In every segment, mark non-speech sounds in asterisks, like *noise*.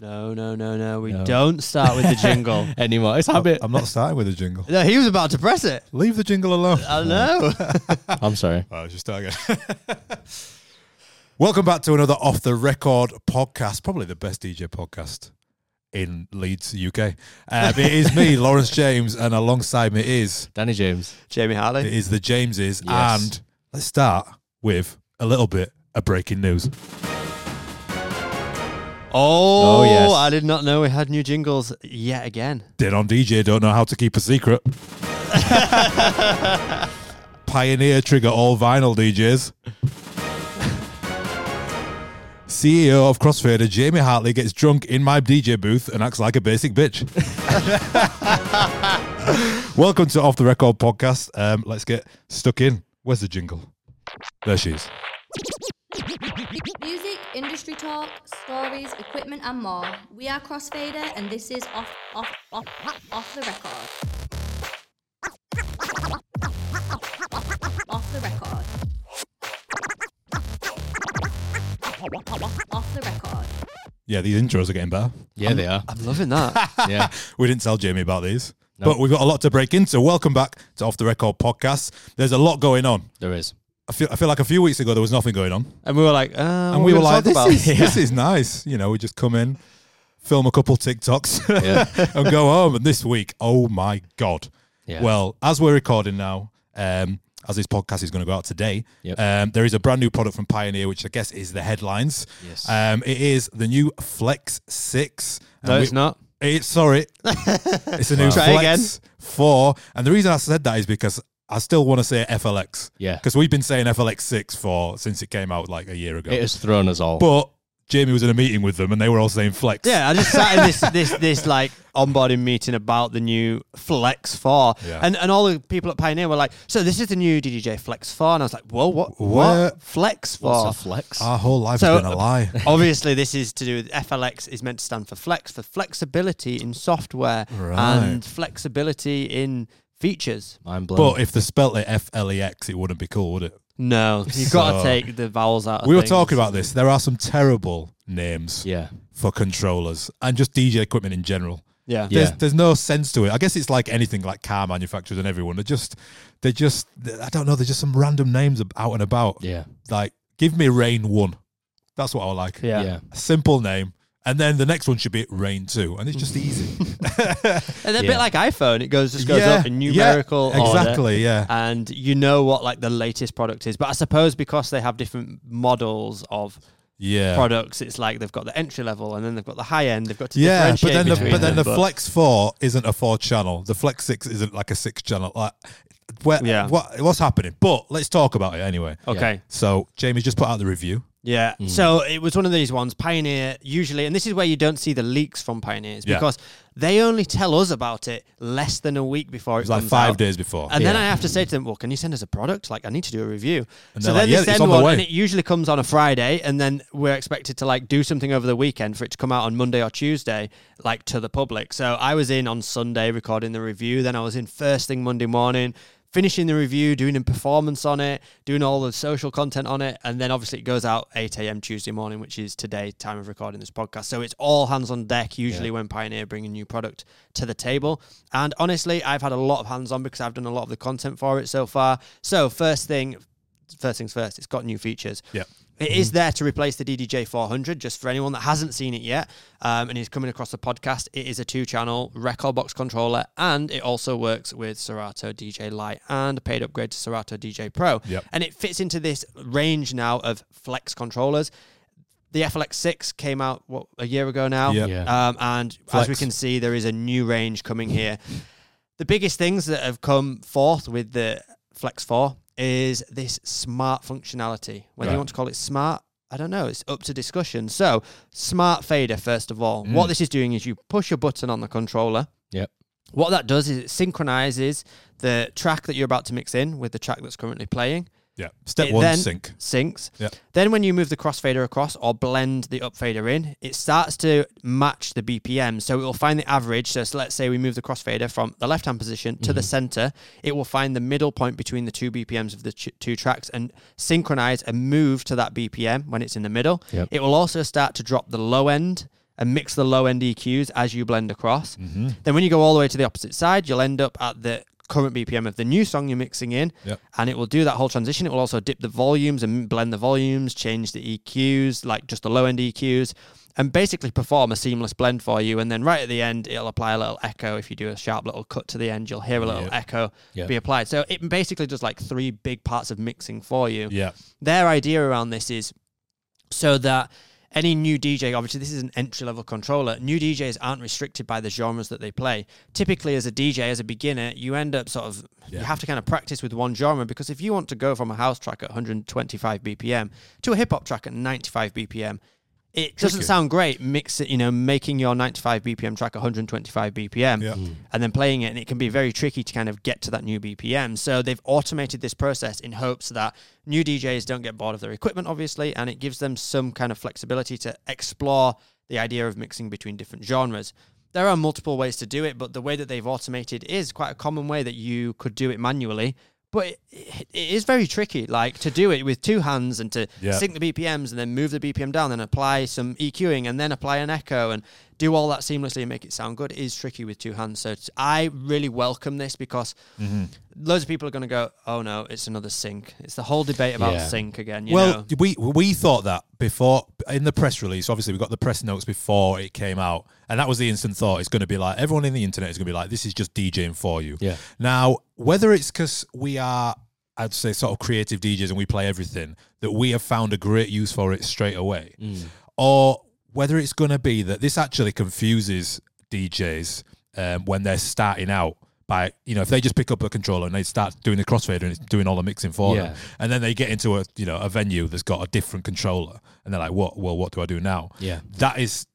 No, no, no, no. We No. don't start *laughs* with the jingle. *laughs* anymore. It's habit. I'm not starting with a jingle. no, he was about to press it. Leave the jingle alone. I know. *laughs* I'm sorry. Oh, it's just start again. *laughs* Welcome back to another off the record podcast, probably the best DJ podcast in Leeds, UK. Um, it is me, Lawrence James, and alongside me is Danny James. Jamie it Harley. is the Jameses, Yes. and let's start with a little bit of breaking news. Oh, Oh, yes. I did not know we had new jingles yet again. Dead on DJ don't know how to keep a secret. Pioneer trigger all vinyl DJs. CEO E of Crossfader, Jamie Hartley, gets drunk in my DJ booth and acts like a basic bitch. Welcome to Off the Record podcast. Um, let's get stuck in. Where's the jingle? There she is. Music, industry talk, stories, equipment, and more. We are Crossfader, and this is off, off, off, off the record. Off the record. Off the record. Yeah, these intros are getting better. Yeah, they are. I'm loving *laughs* that. Yeah. We didn't tell Jamie about these, No. but we've got a lot to break into. Welcome back to Off the Record podcast. There's a lot going on. There is. I feel, I feel like a few weeks ago there was nothing going on, and we were like, uh, and we were like, "This is this is nice." You know, we just come in, film a couple TikToks, *laughs* Yeah. and go home. And this week, oh my god! Yeah. Well, as we're recording now, um, as this podcast is going to go out today, Yep. um, there is a brand new product from Pioneer, which I guess is the headlines. Yes. Um, it is the new Flex Six. And No, we- it's not. It's sorry. it's a new Try Flex Four, and the reason I said that is because I still want to say FLX. Yeah. because we've been saying FLX six for since it came out like a year ago. It has thrown us all. but Jamie was in a meeting with them, and they were all saying Flex. Yeah, I just sat in this this this like onboarding meeting about the new Flex Four, Yeah. and and all the people at Pioneer were like, "So this is the new DDJ Flex 4. and I was like, "Whoa, what? Where- What Flex 4? What's a flex? our whole life So- has been a lie. *laughs* Obviously, this is to do with FLX is meant to stand for flex, for flexibility in software Right. and flexibility in features. Mind blown. but if they spelt it F L E X, it wouldn't be cool, would it? No, you've got to So- take the vowels out. Of We were things. talking about this. There are some terrible names yeah. for controllers and just DJ equipment in general. yeah. Yeah. There's, there's no sense to it. I guess it's like anything, like car manufacturers and everyone. They're just, they're just, I don't know. There's just some random names ab- out and about. Yeah. Like, give me Rain One. That's what I like. Yeah. Yeah. a simple name, and then the next one should be Rain Two, and it's *laughs* just easy. And a Yeah. bit like iPhone, it goes just goes up in numerical yeah, order. Ah, exactly. Yeah, and you know what like the latest product is. But I suppose because they have different models of yeah, products, it's like they've got the entry level and then they've got the high end. They've got to yeah. But differentiate then, the, between but then the them, Flex Four isn't a four channel. The Flex Six isn't like a six channel. Like, where, Yeah. what, what's happening? But let's talk about it anyway. okay. So Jamie just put out the review. Yeah. Hmm. So it was one of these ones. Pioneer usually, and this is where you don't see the leaks from Pioneers Yeah. because they only tell us about it less than a week before it, It's like comes five out. days before. And then Yeah. I have to say to them, "Well, can you send us a product? Like, I need to do a review." And so then they're like, they "Yeah, it's send on the one, way." and it usually comes on a Friday, and then we're expected to like do something over the weekend for it to come out on Monday or Tuesday, like to the public. So I was in on Sunday recording the review. Then I was in first thing Monday morning. Finishing the review, doing a performance on it, doing all the social content on it, and then obviously it goes out 8 a.m. Tuesday morning, which is today, time of recording this podcast. So it's all hands on deck usually when Pioneer bring a new product to the table. And honestly, I've had a lot of hands on because I've done a lot of the content for it so far. So first thing, first things first, it's got new features. Yeah. It is there to replace the DDJ 400, just for anyone that hasn't seen it yet um, and is coming across the podcast. It is a two channel record box controller and it also works with Serato DJ Lite and a paid upgrade to Serato DJ Pro. Yep. And it fits into this range now of flex controllers. The FLX6 came out, what, a year ago now? Yep. Yeah. Um, and as we Flex. can see, there is a new range coming here. The biggest things that have come forth with the Flex 4 is this smart functionality. Whether you Right. want to call it smart, I don't know. It's up to discussion. So, smart fader, first of Mm. all. What this is doing is you push a button on the controller. Yep. What that does is it synchronizes the track that you're about to mix in with the track that's currently playing. Yeah. Step It one, then sync. Syncs. Yep. Then when you move the crossfader across or blend the upfader in, it starts to match the BPM. So it will find the average. So s- let's say we move the crossfader from the left-hand position to Mm-hmm. the center. It will find the middle point between the two BPMs of the ch- two tracks and synchronize and move to that BPM when it's in the middle. Yep. It will also start to drop the low end and mix the low end EQs as you blend across. Mm-hmm. Then when you go all the way to the opposite side, you'll end up at the current BPM of the new song you're mixing in, Yep. and it will do that whole transition. It will also dip the volumes and blend the volumes, change the EQs, like just the low end EQs, and basically perform a seamless blend for you. And then right at the end, it'll apply a little echo. If you do a sharp little cut to the end, you'll hear a little Yep. echo Yep. be applied. So it basically does like three big parts of mixing for you Yeah. their idea around this is so that any new DJ, obviously, this is an entry level controller. New DJs aren't restricted by the genres that they play. Typically, as a DJ, as a beginner, you end up sort of, you Yeah. have to kind of practice with one genre because if you want to go from a house track at 125 BPM to a hip hop track at 95 BPM, it doesn't Tricky. sound great. Mix it, you know, making your 95 BPM track 125 BPM Yeah. and then playing it. And it can be very tricky to kind of get to that new BPM. So they've automated this process in hopes that new DJs don't get bored of their equipment, obviously, and it gives them some kind of flexibility to explore the idea of mixing between different genres. There are multiple ways to do it, but the way that they've automated is quite a common way that you could do it manually. But it, it is very tricky, like to do it with two hands and to Yeah. sync the BPMs and then move the BPM down and apply some EQing and then apply an echo and do all that seamlessly and make it sound good is tricky with two hands. So t- I really welcome this because Mm-hmm. loads of people are going to go, oh no, it's another sync. It's the whole debate about Yeah. sync again. You well, know? we we thought that before in the press release. Obviously, we got the press notes before it came out, and that was the instant thought. It's going to be like everyone in the internet is going to be like, "This is just DJing for you." Yeah. Now, whether it's because we are, I'd say, sort of creative DJs and we play everything, that we have found a great use for it straight away, or whether it's going to be that this actually confuses DJs um, when they're starting out. By you know, if they just pick up a controller and they start doing the crossfader and it's doing all the mixing for Yeah. them, and then they get into a you know a venue that's got a different controller, and they're like, "What? Well, what do I do now?" Yeah. that is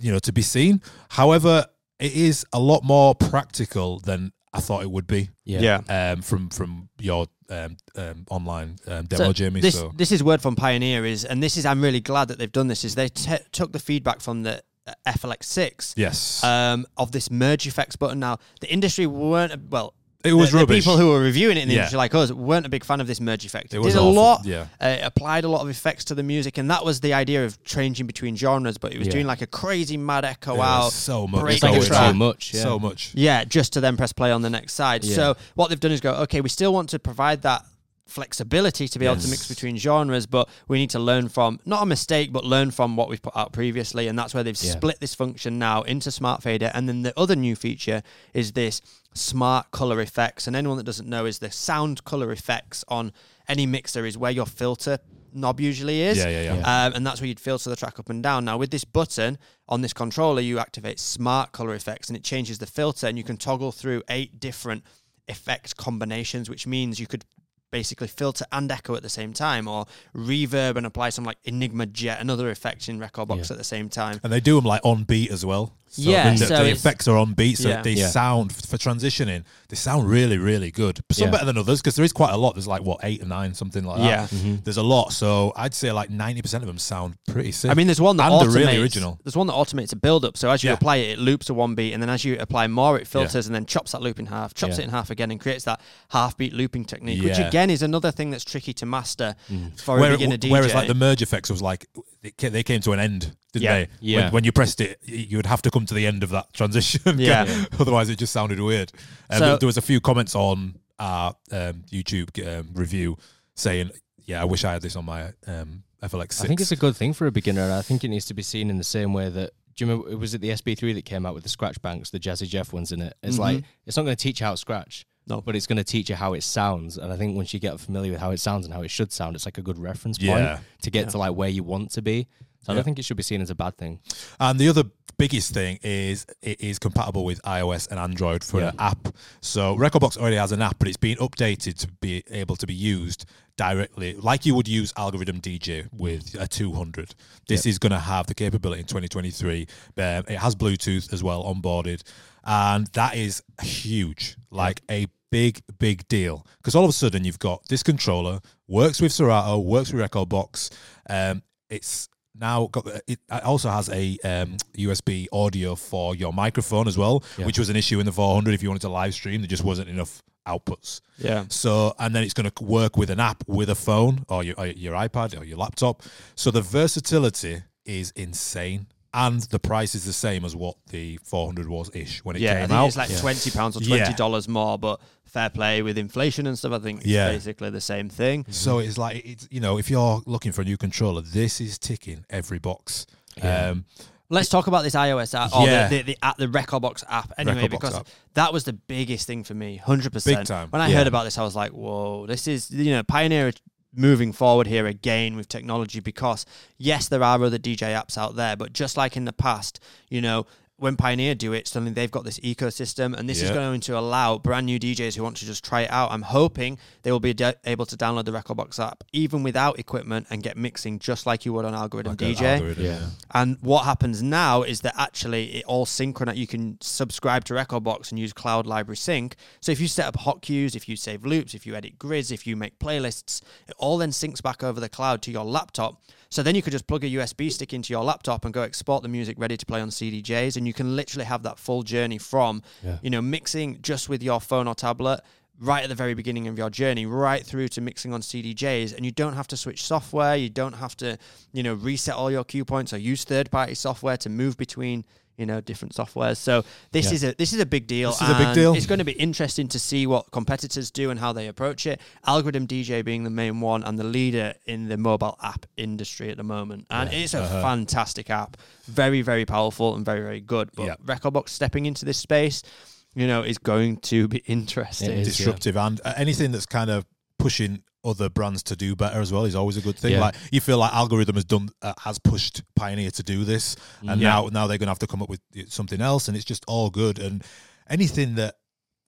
you know to be seen. However, it is a lot more practical than I thought it would be Yeah. um, from from your um, um, online um, demo, Jamie. This, so this is word from Pioneer is, and this is I'm really glad that they've done this. Is they t- took the feedback from the uh, FLX six yes, um, of this merge effects button. Now the industry weren't well. it was the, the rubbish. people who were reviewing it in the Yeah. industry, like us, weren't a big fan of this merge effect. It, It was did a awful, lot. yeah. Uh, it applied a lot of effects to the music, and that was the idea of changing between genres. But it was Yeah. doing like a crazy mad echo There out, was so much, break It's like the it's track. too much. Yeah. so much. Yeah, just to then press play on the next side. Yeah. So what they've done is go, okay, we still want to provide that flexibility to be able to mix between genres, but we need to learn from not a mistake, but learn from what we've put out previously. And that's where they've Yeah. split this function now into Smart Fader. And then the other new feature is this smart color effects. And anyone that doesn't know is the sound color effects on any mixer is where your filter knob usually is. Yeah, yeah, yeah. Um, and that's where you'd filter the track up and down. Now, with this button on this controller, you activate smart color effects and it changes the filter, and you can toggle through eight different effect combinations, which means you could basically filter and echo at the same time or reverb and apply some like Enigma Jet, another effect in Record Box at the same time. *laughs* And they do them like on beat as well. So Yeah, the, so the it's- effects are on beat, so Yeah. they Yeah. sound for transitioning. They sound really, really good. Some Yeah. better than others because there is quite a lot. There's like what eight or nine, something like Yeah. that. There's a lot, so I'd say like ninety percent of them sound pretty sick. I mean, there's one that and automates. they're really original. There's one that automates a build up. So as you Yeah. apply it, it loops a one beat, and then as you apply more, it filters and then chops that loop in half, chops Yeah. it in half again, and creates that half beat looping technique, which Yeah. Mm. again is another thing that's tricky to master for Where- a beginner DJ. whereas like the merge effects was like it ca- they came to an end, didn't Yeah. they? Yeah. When, when you pressed it, y- you would have to come to the end of that transition. Yeah. *laughs* Otherwise, it just sounded weird. Um, So- there- there was a few comments on our um, YouTube um, review saying, "Yeah, I wish I had this on my um, FLX 6. I think it's a good thing for a beginner, and I think it needs to be seen in the same way that. Do you remember? Was it the SB3 that came out with the scratch banks, the Jazzy Jeff ones in it? It's Mm-hmm. like it's not going to teach you how to scratch, No. but it's going to teach you how it sounds. And I think once you get familiar with how it sounds and how it should sound, it's like a good reference point Yeah. to get to like where you want to be. So I don't think it should be seen as a bad thing. And the other biggest thing is it is compatible with iOS and Android for an app. So Recordbox already has an app, but it's been updated to be able to be used directly, like you would use Algorithm DJ with a 200. This is going to have the capability in 2023. Um, it has Bluetooth as well onboarded, and that is huge, like a big big deal because all of a sudden you've got this controller works with Serato, works with Recordbox. Um, it's now got the- it also has a um, USB audio for your microphone as well, which was an issue in the 400 if you wanted to live stream. There just wasn't enough outputs. Yeah. So and then it's going to work with an app with a phone or your or your iPad or your laptop. So the versatility is insane. and the price is the same as what the 400 was ish when it yeah, I came think out. it's like Yeah. twenty pounds or Yeah. twenty dollars more, but fair play with inflation and stuff. I think it's Yeah. basically the same thing. So it's like it's you know if you're looking for a new controller, this is ticking every box. Um, Let's talk about this iOS app or Yeah. the, the, the, app, the Record Box app anyway, Record Box because app. that was the biggest thing for me, 100%. Big time. When I Yeah. heard about this, I was like, whoa, this is, you know, Pioneer is moving forward here again with technology because, yes, there are other DJ apps out there, but just like in the past, you know, when Pioneer do it, suddenly they've got this ecosystem, and this is Yeah. going to allow brand new DJs who want to just try it out. I'm hoping they will be de- able to download the Record Box app even without equipment and get mixing just like you would on Algorithm good DJ. algorithm, Yeah. And what happens now is that actually it all synchronizes. You can subscribe to Recordbox and use Cloud Library Sync. So if you set up hot queues, if you save loops, if you edit grids, if you make playlists, it all then syncs back over the cloud to your laptop. So then you could just plug a USB stick into your laptop and go export the music ready to play on CDJs. And you can literally have that full journey from, you know, mixing just with your phone or tablet right at the very beginning of your journey, right through to mixing on CDJs, and you don't have to switch software. You don't have to, you know, reset all your cue points or use third-party software to move between, you know, different softwares. So this is a this is a big deal. This is a big and deal. It's going to be interesting to see what competitors do and how they approach it. Algorithm DJ being the main one and the leader in the mobile app industry at the moment, and it's a Uh-huh. fantastic app, very very powerful and very very good. But Yeah. Recordbox stepping into this space. You know, is going to be *laughs* interesting. It is, yeah. disruptive and uh, anything that's kind of pushing other brands to do better as well is always a good thing. Yeah. Like you feel like algorithm has done uh, has pushed Pioneer to do this, Mm. and now now they're going to have to come up with something else, and it's just all good. And anything that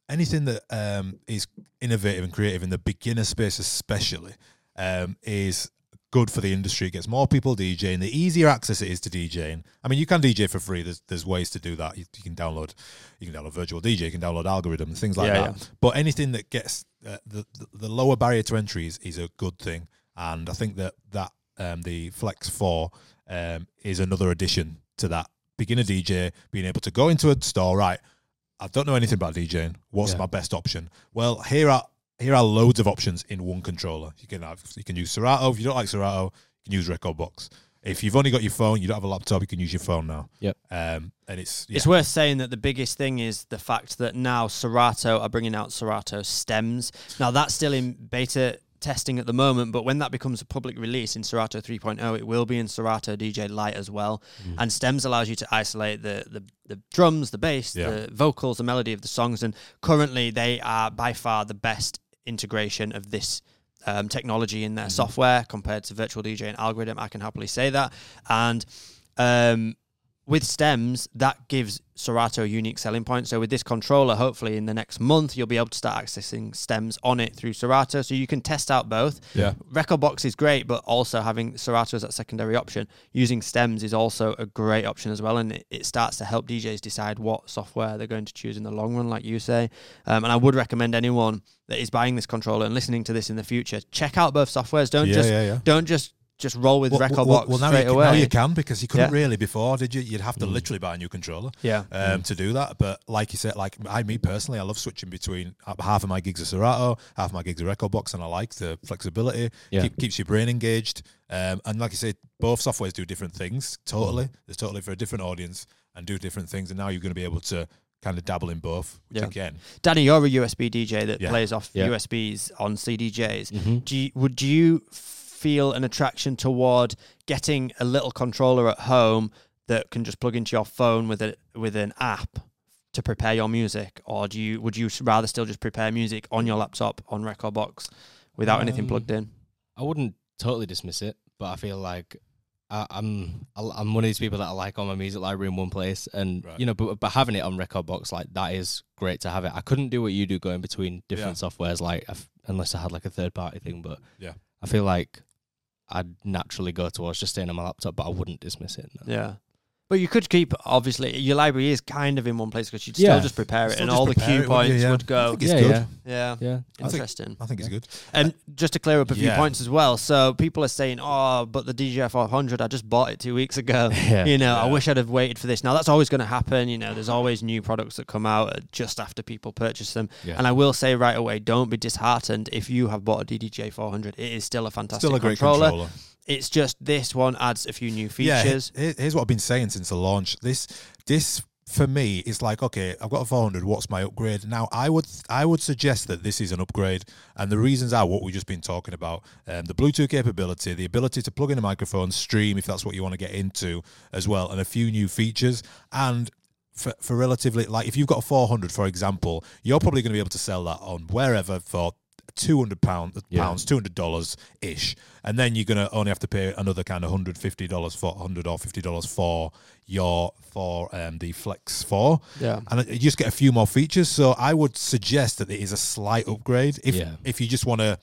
anything that um, is innovative and creative in the beginner space, especially, um, is good for the industry. It gets more people DJing. The easier access it is to DJing. I mean, you can DJ for free. There's there's ways to do that. You, you can download you can download virtual DJ. You can download algorithm and things like Yeah, that. But anything that gets uh, the, the the lower barrier to entry is, is a good thing. And I think that that um, the Flex Four um, is another addition to that beginner DJ being able to go into a store right. I don't know anything about DJing. What's Yeah. my best option? Well, here are here are loads of options in one controller. You can have you can use Serato. If you don't like Serato, you can use Record Box. If you've only got your phone, you don't have a laptop, you can use your phone now. Yep. Um, and it's yeah, It's worth saying that the biggest thing is the fact that now Serato are bringing out Serato stems. Now that's still in beta testing at the moment, but when that becomes a public release in Serato 3.0, it will be in Serato DJ Lite as well. Mm. And stems allows you to isolate the the, the drums, the bass, Yeah. the vocals, the melody of the songs, and currently they are by far the best integration of this um, technology in their Mm. software compared to virtual DJ and algorithm. I can happily say that. And um, with stems, that gives Serato a unique selling point. So with this controller, hopefully in the next month, you'll be able to start accessing stems on it through Serato. So you can test out both. Yeah. Record box is great, but also having Serato as that secondary option, using stems is also a great option as well. And it, it starts to help DJs decide what software they're going to choose in the long run, like you say. Um, and I would recommend anyone that is buying this controller and listening to this in the future, check out both softwares. Don't Yeah, just yeah, yeah. don't just just roll with record box well, now straight you can, away. Now you can because you couldn't Yeah. Mm. really before, did you? You'd have to literally buy a new controller. Yeah. Mm. Um, To do that, but like you said, like I, me personally, I love switching between uh, half of my gigs are Serato, half of my gigs are Record Box, and I like the flexibility. Yeah. Keep, keeps your brain engaged. Um, and like you said, both softwares do different things. Totally, Mm. it's totally for a different audience and do different things. And now you're going to be able to kind of dabble in both. Which Yeah. again, Danny, you're a USB DJ that Yeah. Mm-hmm. plays off Yeah. USBs on CDJs. Do you, would you feel an attraction toward getting a little controller at home that can just plug into your phone with a with an app to prepare your music, or do you would you rather still just prepare music on your laptop on record box without anything Um, plugged in? I wouldn't totally dismiss it, but I feel like I, I'm I- I'm one of these people that I like all my music library in one place, and Right. you know, but but having it on record box like that is great to have it. I couldn't do what you do going between different softwares, like if- unless I had like a third party thing, but Yeah. I feel like I'd naturally go towards just staying on my laptop, but I wouldn't dismiss it. no. Yeah. But you could keep obviously your library is kind of in one place because you'd Yeah. still just prepare it Still and just all the prepare cue it, wouldn't you? points Yeah. would I go. think it's Yeah, good. yeah. Yeah, Yeah, I think- interesting. I think it's good. And just to clear up a few Yeah. points as well, so people are saying, "Oh, but the DJI 500, I just bought it two weeks ago. Yeah. you know, I Yeah. wish I'd have waited for this." Now that's always going to happen. You know, there's always new products that come out uh, just after people purchase them. Yeah. And I will say right away, don't be disheartened if you have bought a DDJ 400. It is still a fantastic Still a great controller. controller. It's just this one adds a few new Yeah, features. he- here- here's what I've been saying since the launch. This this for me is like okay, I've got a 400. What's my upgrade? Now I would I would suggest that this is an upgrade, and the reasons are what we've just been talking about: um, the Bluetooth capability, the ability to plug in a microphone, stream if that's what you want to get into as well, and a few new features and. For, for relatively like if you've got a 400 for example you're probably going to be able to sell that on wherever for 200 pound, uh, pounds 200 dollars ish and then you're going to only have to pay another kind of 150 dollars for 100 or 50 dollars for your for um, the flex 4 Yeah. and you just get a few more features so i would suggest that it is a slight upgrade if Yeah. if you just want to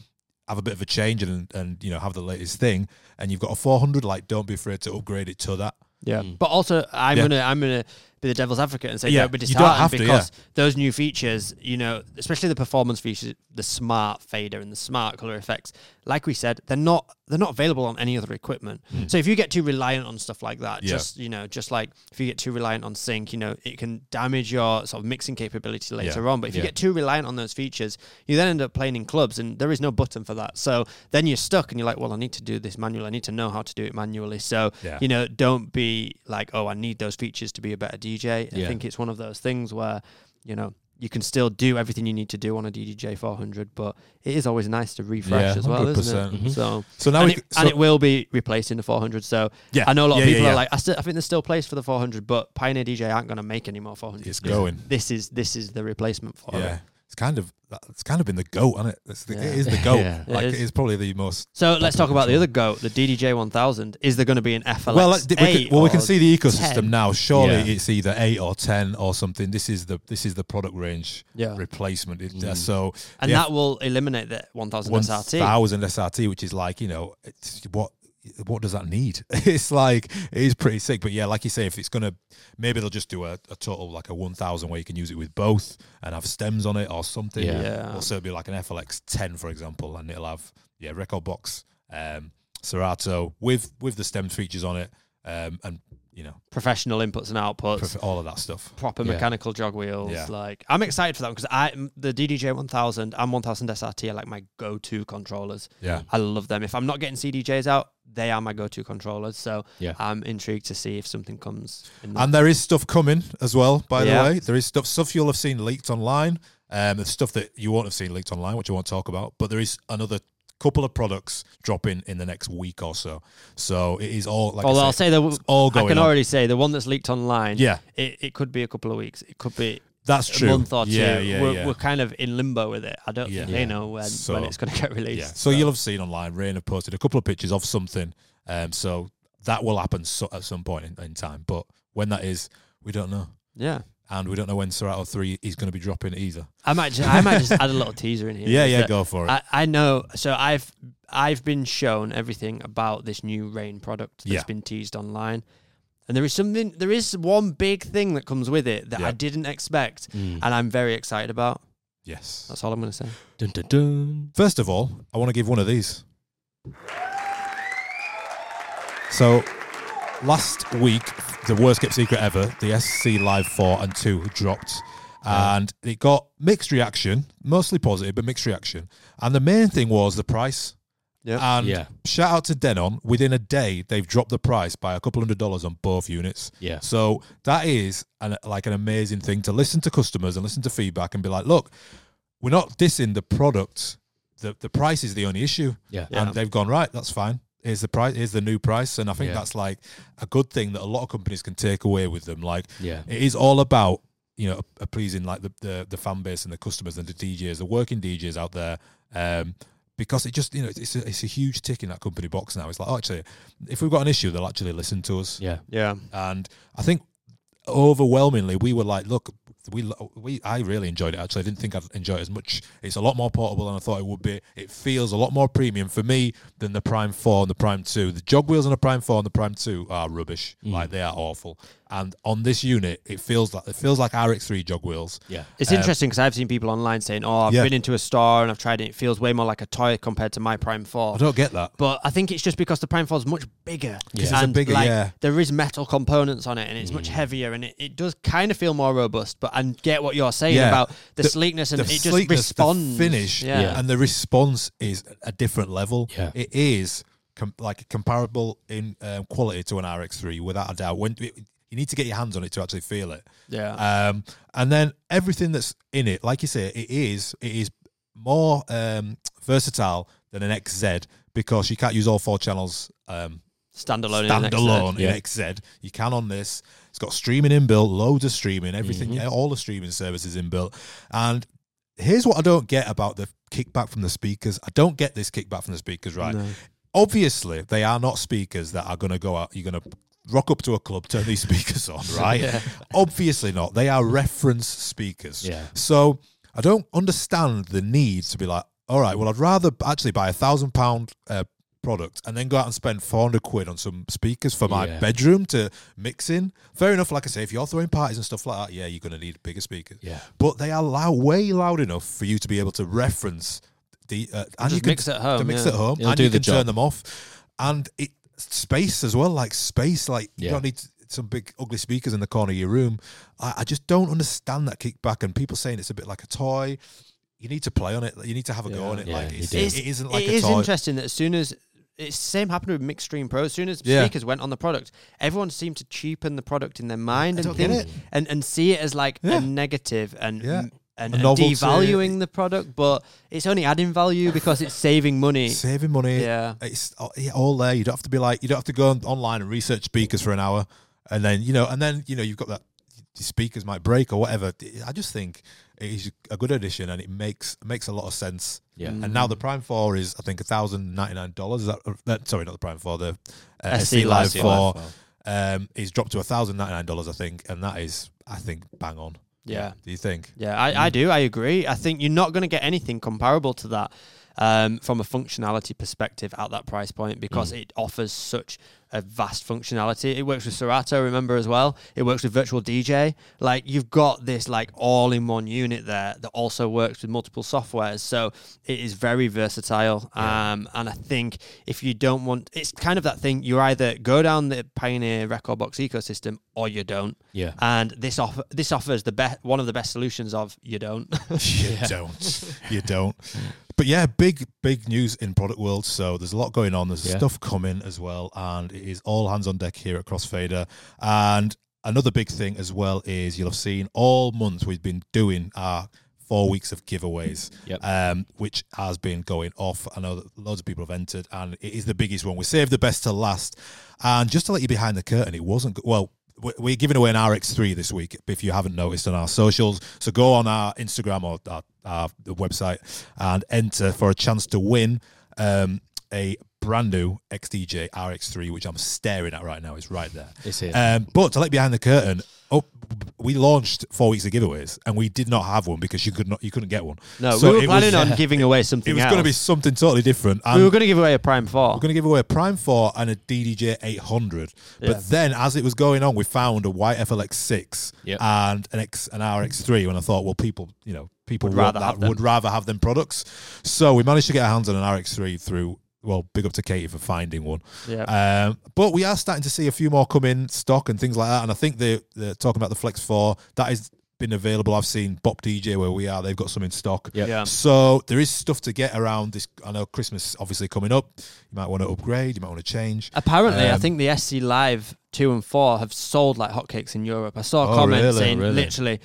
have a bit of a change and and you know have the latest thing and you've got a 400 like don't be afraid to upgrade it to that Yeah, but also I'm Hmm. Yeah. gonna I'm gonna be the devil's advocate and say Yeah, don't be you don't disheartened have to, because those new features, you know, especially the performance features, the smart fader and the smart color effects, like we said, they're not they're not available on any other equipment. So if you get too reliant on stuff like that, Hmm. Yeah. just you know, just like if you get too reliant on sync, you know, it can damage your sort of mixing capability later on. But if you Yeah. get too reliant on those features, you then end up playing in clubs and there is no button for that. So then you're stuck and you're like, well, I need to do this manually. I need to know how to do it manually. So Yeah. you know, don't be like, oh, I need those features to be a better DJ. I Yeah. think it's one of those things where, you know, you can still do everything you need to do on a DDJ 400, but it is always nice to refresh Yeah, as well, isn't it? 100%. Mhm. So, so now and, we, it, so, and it will be replacing the 400. So Yeah, I know a lot yeah, of yeah, people yeah. are like, I, still, I think there's still place for the 400, but Pioneer DJ aren't going to make any more 400s. *laughs* It's going. This is this is the replacement for yeah it. it's kind of it's kind of been the goat on it it's the, Yeah. it is *laughs* the goat Yeah. like It it is. is. probably the most So let's talk about the control. other goat, the DDJ 1000. Is there going to be an FLX? Well, like, th- we can, well, we can see the ecosystem 10. now. Surely Yeah. it's either eight or ten or something. This is the this is the product range Yeah. replacement. It, uh, so And the that will eliminate the 1000 one SRT. thousand SRT, which is like you know it's what. What does that need? *laughs* It's like it is pretty sick, but yeah, like you say, if it's gonna, maybe they'll just do a, a total like a one thousand where you can use it with both and have stems on it or something. Yeah. Yeah. Or so it'll be like an FLX ten, for example, and it'll have yeah record box, um, Serato with with the stems features on it, um, and you know professional inputs and outputs, Prof- all of that stuff. proper Yeah. mechanical jog wheels. Yeah. Like I'm excited for that because I m- the DDJ 1000 and 1000 SRT are like my go-to controllers. Yeah. I love them. If I'm not getting CDJs out, they are my go-to controllers. So Yeah. I'm intrigued to see if something comes. In that. And there is stuff coming as well, by Yeah. the way. There is stuff stuff you'll have seen leaked online. Um there's stuff that you won't have seen leaked online, which I won't talk about, but there is another couple of products dropping in the next week or so. So it is all like I Although I'll say, say the it's all I going can on. already say the one that's leaked online. Yeah. it, it could be a couple of weeks. It could be that's a true. month or two. Yeah, yeah, we're, yeah. we're kind of in limbo with it. I don't Yeah. think they Yeah. know when, So- when it's going to get released. yeah. So you'll have seen online. Rain have posted a couple of pictures of something. Um so that will happen so, at some point in, in time. But when that is, we don't know. yeah. And we don't know when Serato 3 is going to be dropping either. I might just, I might just add a little teaser in here. Yeah, is yeah, that go for it. I, I know. So I've I've been shown everything about this new rain product that's Yeah. been teased online, and there is something. There is one big thing that comes with it that I Yeah. Mm. didn't expect, and I'm very excited about. yes. That's all I'm going to say. Dun, dun, dun. First of all, I want to give one of these. So, last week, the worst kept secret ever, the SC Live 4 and 2 dropped. And it got mixed reaction, mostly positive, but mixed reaction. And the main thing was the price. Yep. And Yeah. shout out to Denon. Within a day, they've dropped the price by a couple hundred dollars on both units. Yeah. So that is an, like an amazing thing to listen to customers and listen to feedback and be like, look, we're not dissing the product. The the price is the only issue. Yeah. Yeah. And they've gone right. That's fine. Here's the price. Here's the new price. And I think Yeah. that's like a good thing that a lot of companies can take away with them. Like Yeah. it is all about you know a- a pleasing like the, the the fan base and the customers and the DJs, the working DJs out there. Um, because it just you know it's- it's a, it's a huge tick in that company box now. It's like oh, actually, if we've got an issue, they'll actually listen to us. Yeah. Yeah, And I think overwhelmingly we were like, look, we lo- we I really enjoyed it. Actually, I didn't think I'd enjoy it as much. It's a lot more portable than I thought it would be. It feels a lot more premium for me than the Prime Four and the Prime Two. The jog wheels on the Prime Four and the Prime Two are rubbish. Like they are awful. And on this unit, it feels like it feels like RX3 jog wheels. Yeah. it's interesting because I've seen people online saying, "Oh, I've Um, Yeah. been into a store and I've tried it. It feels way more like a toy compared to my Prime Four. I don't get that. But I think it's just because the Prime 4 is much bigger. 'Cause it's a And, bigger- like, yeah. Mm. There is metal components on it and it's much heavier and it, it does kind of feel more robust. But I get what you're saying Yeah. about the, sleekness and the it just sleekness, responds. The finish Yeah. Yeah. and the response is a different level. Yeah. It is com- like comparable in um, quality to an RX3 without a doubt. When you need to get your hands on it to actually feel it. Yeah. Um, and then everything that's in it, like you say, it is it is more um, versatile than an XZ because you can't use all four channels um, standalone. in the next standalone set. in yeah. XZ. You can on this. It's got streaming inbuilt, loads of streaming, everything, all the streaming services inbuilt. And here's what I don't get about the kickback from the speakers. I don't get this kickback from the speakers, right? Obviously, they are not speakers that are going to go out. You're going to rock up to a club, turn these *laughs* speakers *laughs* on, right? Obviously not. They are reference speakers. Yeah. So I don't understand the need to be like, all right, well, I'd rather actually buy a thousand pound uh, product and then go out and spend 400 quid on some speakers for my Yeah. bedroom to mix in. Fair enough. Like I say, if you're throwing parties and stuff like that, yeah, you're going to need bigger speakers. Yeah. But they are loud, way loud enough for you to be able to reference the, uh, and Just you can mix it at home, to mix yeah. it at home, It'll and do you the can turn job. them off, and it space as well, like space, like you Yeah. don't need some big ugly speakers in the corner of your room. I, I just don't understand that kickback, and people saying it's a bit like a toy. You need to play on it. You need to have a go on it. Yeah, like you it's, do. it isn't like it a is toy. interesting that as soon as it's same happened with Mixed Stream Pro. As soon as Yeah. speakers went on the product, everyone seemed to cheapen the product in their mind and don't get think, it. and and see it as like Yeah. a negative and Yeah. and, and A novelty. devaluing the product. But it's only adding value because it's saving money. Saving money. Yeah. It's all- yeah, all there. You don't have to be like, you don't have to go on, online and research speakers for an hour. And then, you know, and then, you know, you've got that the speakers might break or whatever. I just think it is a good addition and it makes makes a lot of sense. Yeah. And now the Prime 4 is, I think, $1,099. Is that, that, sorry, not the Prime 4, the uh, SC SC Live Live 4 um, is dropped to $1,099, I think. And that is, I think, bang on. Yeah. Do you think? Yeah, I, I do. I agree. I think you're not going to get anything comparable to that um, from a functionality perspective at that price point because it offers such a vast functionality. It works with Serato, remember as well. It works with Virtual DJ. Like you've got this like all-in-one unit there that also works with multiple softwares. So it is very versatile. Um, and I think if you don't want, it's kind of that thing. You either go down the Pioneer Record Box ecosystem or you don't. Yeah. And this offer this offers the best one of the best solutions of you *laughs* don't. you don't. You don't. But yeah, big big news in product world. So there's a lot going on. There's Yeah. stuff coming as well, and it is all hands on deck here at Crossfader. And another big thing as well is you'll have seen all month we've been doing our four weeks of giveaways, Yep. um, which has been going off. I know that loads of people have entered, and it is the biggest one. We saved the best to last. And just to let you behind the curtain, it wasn't go- well we- we're giving away an RX3 this week. If you haven't noticed on our socials, so go on our Instagram or our, our website and enter for a chance to win um, a brand new XDJ RX3, which I'm staring at right now. It's right there. It's here. Um, but to let behind the curtain, oh, we launched four weeks of giveaways and we did not have one because you could not you couldn't get one. *laughs* no, So we it were planning was, on giving away something. *laughs* It was going to be something totally different. we And were going to give away a Prime Four. we're going to give away a Prime 4 and a DDJ 800. Yeah. But then, as it was going on, we found a white FLX 6 Yep. and an, X, an RX3. And I thought, well, people, you know, people would rather, rather have that, them. would rather have them products. So we managed to get our hands on an RX3 through, well, big up to Katie for finding one. Yeah. Um, but we are starting to see a few more come in stock and things like that. And I think they're, they're talking about the Flex 4. That has been available. I've seen Bop DJ where we are, they've got some in stock. Yep. Yeah. So there is stuff to get around this. I know Christmas obviously coming up. You might want to upgrade. You might want to change. Apparently, I Um, think the SC Live two and four have sold like hotcakes in Europe. I saw a Oh, comment really? saying Really? literally